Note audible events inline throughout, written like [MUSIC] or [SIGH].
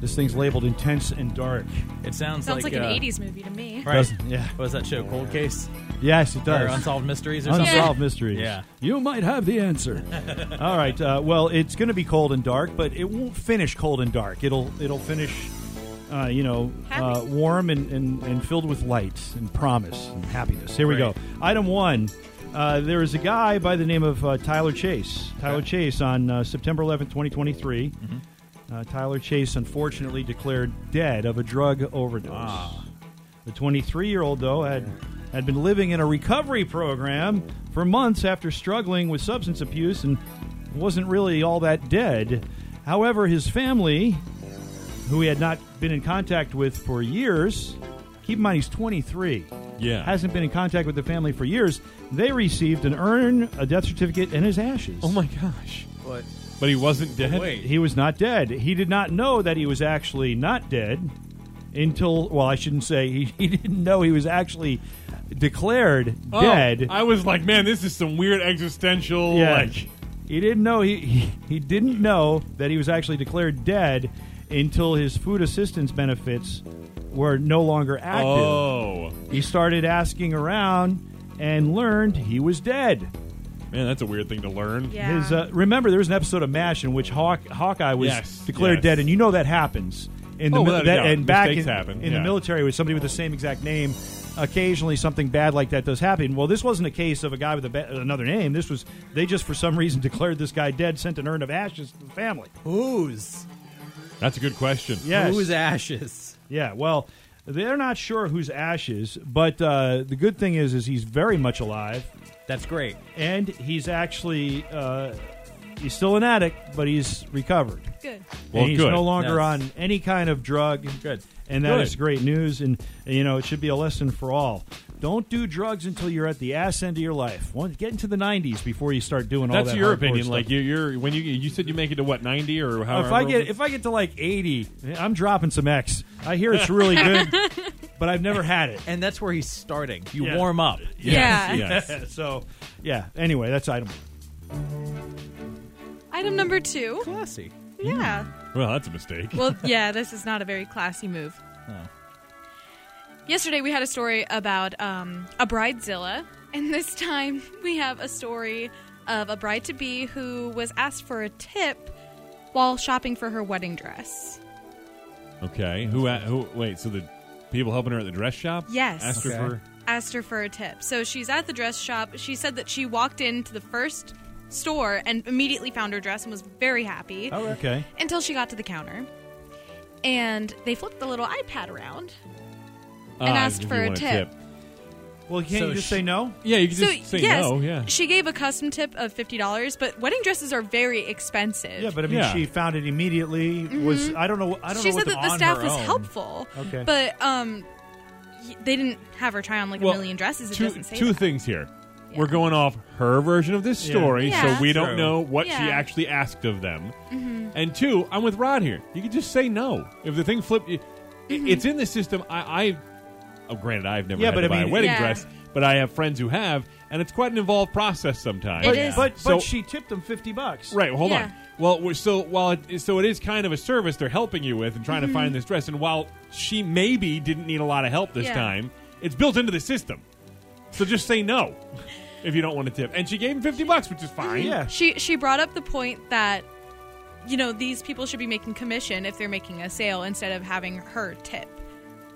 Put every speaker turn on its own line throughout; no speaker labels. This thing's labeled intense and dark.
It sounds,
Sounds like,
uh,
an 80s movie to me.
Right.
Doesn't- yeah.
What was that show? Cold Case
Yes, it
or
does.
Unsolved Mysteries or
Unsolved
something?
mysteries.
Yeah.
You might have the [LAUGHS] answer. All right. Uh, well, it's going to be cold and dark, but it won't finish cold and dark. It'll it'll finish, uh, you know, uh,
Happy.
warm and, and, and filled with light and promise and happiness. Here we go. Item one. Uh, there is a guy by the name of uh, Tyler Chase. Tyler Chase on uh, September 11th, 2023. Uh, Tyler Chase unfortunately declared dead of a drug overdose. The 23 year old, though, had, had been living in a recovery program for months after struggling with substance abuse and wasn't really all that dead. However, his family, who he had not been in contact with for years, keep in mind he's 23.
Yeah.
Hasn't been in contact with the family for years. They received an urn, a death certificate, and his ashes.
Oh my gosh. What? But he wasn't dead?
Wait.
He was not dead. He did not know that he was actually not dead until, well, I shouldn't say he, [LAUGHS] he didn't know he was actually declared
Oh,
dead.
I was like, man, this is some weird existential.
Yeah.
Like,
He didn't know he, he he didn't know that he was actually declared dead until his food assistance benefits were no longer active.
oh,
He started asking around and learned he was dead.
man, that's a weird thing to learn.
Yeah.
His, uh, remember, there was an episode of MASH in which Hawk, Hawkeye was
Yes,
declared
yes.
dead, and you know that happens. In the
Oh,
mi-
without a
that-
doubt.
and back in,
Mistakes happen,
in the
yeah.
military with somebody with the same exact name, occasionally something bad like that does happen. Well, this wasn't a case of a guy with a ba- another name. This was they just for some reason [LAUGHS] declared this guy dead, sent an urn of ashes to the family.
Who's?
That's a good question.
Yes,
Who's ashes?
yeah. Well, they're not sure whose ashes, but uh, the good thing is, is he's very much alive.
That's great.
and he's actually uh, he's still an addict, but he's recovered.
Good.
Well,
and he's
good.
no longer
Yes.
on any kind of drug.
Good.
And that is
Good.
great news. And, you know, it should be a lesson for all. Don't do drugs until you're at the ass end of your life. Once, get into the 90s before you start doing all
That's
that.
your
hardcore
opinion.
stuff.
Like you, you're when you you said you make it to what ninety or however.
if I get if I get to like 80, I'm dropping some X. I hear it's really good,
[LAUGHS]
but I've never had it.
And that's where he's starting. You
Yeah.
warm up.
[LAUGHS]
Yeah.
yes.
So, yeah. Anyway, that's item one.
Item number two.
Classy.
Yeah.
Hmm.
Well, that's a mistake.
[LAUGHS]
Well, yeah, this is not a very classy move. Yesterday we had a story about um, a bridezilla, and [LAUGHS] this time we have a story of a bride to be who was asked for a tip while shopping for her wedding dress.
Okay. Who? a- Who? Wait. So the people helping her at the dress shop?
Yes.
Asked
Okay.
her for.
asked her for a tip. So she's at the dress shop. She said that she walked into the first store and immediately found her dress and was very happy
Okay.
until she got to the counter. And they flipped the little iPad around.
Ah,
asked
if
for
you
a
want
tip.
Well, can't
So
you just
she-
say no?
Yeah, you can
So
just say
yes,
no. Yeah.
she gave a custom tip of fifty dollars, but wedding dresses are very expensive.
Yeah, but I mean,
Yeah.
she found it immediately. Was I don't know. I don't
Mm-hmm. she
know.
said
what
that
the,
the
on
staff
her
was
own.
helpful.
Okay.
but um, y- they didn't have her try on like
Well,
a million dresses. It
two
doesn't say
two
that.
things here. We're going off her version of this
Yeah.
story,
Yeah.
so we
True.
don't know what she
Yeah. Mm-hmm.
actually asked of them. And two, I'm with Rod here. You could just say no if the thing flipped. It,
Mm-hmm.
It's in the system. I, I oh, granted, I've never
Yeah,
had
but
to
I
buy
mean-
a wedding
Yeah.
dress, but I have friends who have, and it's quite an involved process sometimes.
but,
It is.
But, but
So-
she tipped him fifty bucks.
Right. Hold
Yeah.
on. Well, we're, so while it, so it is kind of a service they're helping you with and trying to find this dress, and while she maybe didn't need a lot of help this
Mm-hmm. Yeah.
time, it's built into the system. So just say
[LAUGHS]
no if you don't want to tip. And she gave him fifty bucks, which is
Mm-hmm.
fine.
Yeah.
She she brought up the point that you know these people should be making commission if they're making a sale instead of having her tip,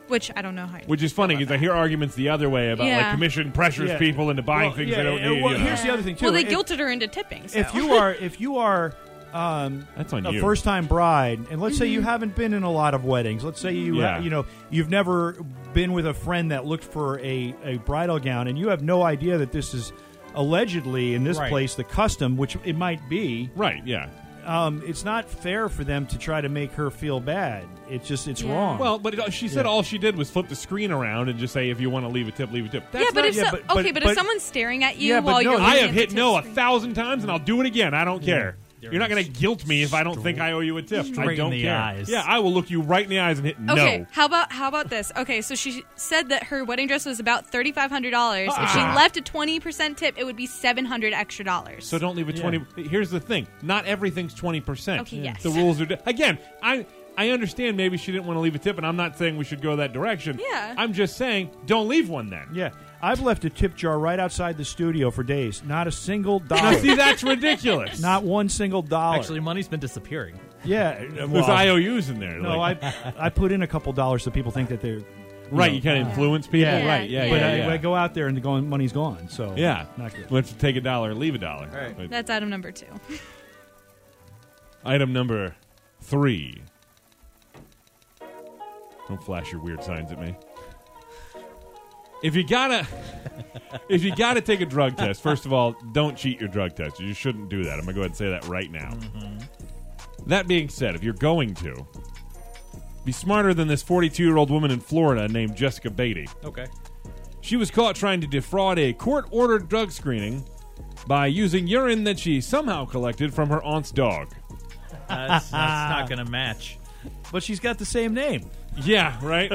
which I don't know how.
Which is funny because I hear arguments the other way about
Yeah.
like commission pressures
Yeah.
people into buying
Well,
things
yeah,
they don't
yeah,
need.
well,
you know.
here's the other thing too.
well, they
If-
guilted her into tipping. So.
If you are, if you are, um,
That's on
a
you.
first-time bride, and let's say you
Mm-hmm.
haven't been in a lot of weddings. Let's say you,
Yeah.
you know, you've never been with a friend that looked for a, a bridal gown, and you have no idea that this is allegedly in this
Right.
place the custom, which it might be.
Right? Yeah.
um, it's not fair for them to try to make her feel bad. It's just it's
Yeah.
wrong.
Well, but it, she said
Yeah.
all she did was flip the screen around and just say, if you want to leave a tip, leave a tip. That's
yeah, but
not-
if
yeah,
so,
but- but-
okay, but,
but-
if someone's staring at you
Yeah, but
while
no,
you're,
I
looking
have
at the
hit
tip
no a
screen-
thousand times, and I'll do it again. I don't care.
There
You're not going to
is
guilt me if I don't think I owe you a tip. I
Straight
don't
in the
care.
eyes.
Yeah, I will look you right in the eyes and hit
Okay,
no.
how about how about this? Okay, so she said that her wedding dress was about thirty five hundred dollars. If she
Ah.
left a twenty percent tip, it would be seven hundred extra dollars.
So don't leave a twenty. Here's the thing: not everything's twenty percent.
Okay, yes.
The rules are di- again. I I understand. Maybe she didn't want to leave a tip, and I'm not saying we should go that direction.
Yeah.
I'm just saying don't leave one then.
yeah, I've left a tip jar right outside the studio for days. Not a single
Now
dollar.
see, that's ridiculous.
[LAUGHS] not one single dollar.
Actually, money's been disappearing.
yeah.
there's
well,
IOUs in there.
no,
like-
I I put in a couple dollars so people think that they're
right.
know,
You can't influence people.
Yeah.
right. Yeah.
but
yeah,
I,
yeah.
I go out there and the going, money's gone. So
Yeah,
not good.
Let's take a dollar, leave a dollar. But
That's item number two.
Item number three. Don't flash your weird signs at me. If you gotta, if you gotta take a drug test, first of all, don't cheat your drug test. You shouldn't do that. I'm gonna go ahead and say that right now. That being said, if you're going to, be smarter than this 42 year old woman in Florida named Jessica Beatty.
Okay.
She was caught trying to defraud a court ordered drug screening by using urine that she somehow collected from her aunt's dog.
[LAUGHS]
That's, that's not going to match.
But she's got the same name.
Yeah, right?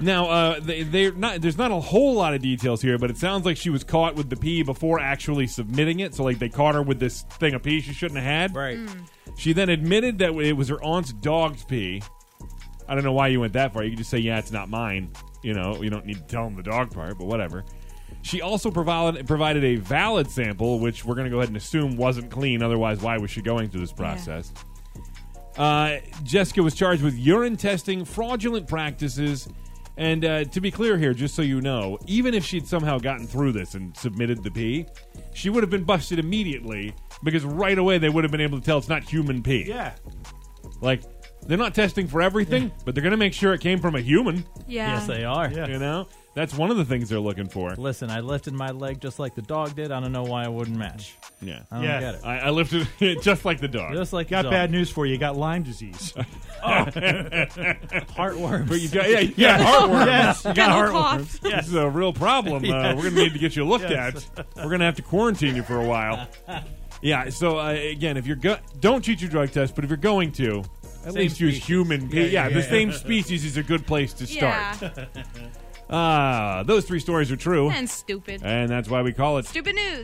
now, uh, they, they're not, there's not a whole lot of details here, but it sounds like she was caught with the pee before actually submitting it. So, like, they caught her with this thing of pee she shouldn't have had.
Right.
Mm.
She then admitted that it was her aunt's dog's pee. I don't know why you went that far. You could just say, "Yeah, it's not mine." You know, you don't need to tell them the dog part, but whatever. She also provided provided a valid sample, which we're going to go ahead and assume wasn't clean. Otherwise, why was she going through this process? Uh, Jessica was charged with urine testing, fraudulent practices, and uh, to be clear here, just so you know, even if she'd somehow gotten through this and submitted the pee, she would have been busted immediately because right away they would have been able to tell it's not human pee.
Yeah.
Like, they're not testing for everything, but they're going to make sure it came from a human,
Yeah.
Yes, they are.
Yeah.
you know? That's one of the things they're looking for.
Listen, I lifted my leg just like the dog did. I don't know why it wouldn't match.
Yeah.
I don't
Yeah.
get it.
I, I lifted [LAUGHS] it just like the dog.
Just like the
Got
dog.
bad news for you. You Got Lyme disease. [LAUGHS]
heartworms.
but you got, yeah, you got heartworm.
yes.
You got [LAUGHS]
Double
heartworm.
cough.
This is a real problem. Uh, we're going to need to get you looked at. We're going to have to quarantine you for a
[LAUGHS]
while. Yeah, so uh, again, if you're go- don't cheat your drug test, but if you're going to, at
Same
least use
species.
human. Yeah,
Yeah,
yeah,
yeah,
the
yeah.
same species is a good place to
Yeah.
start. Ah, those three stories are true.
and stupid.
And that's why we call it
Stupid news.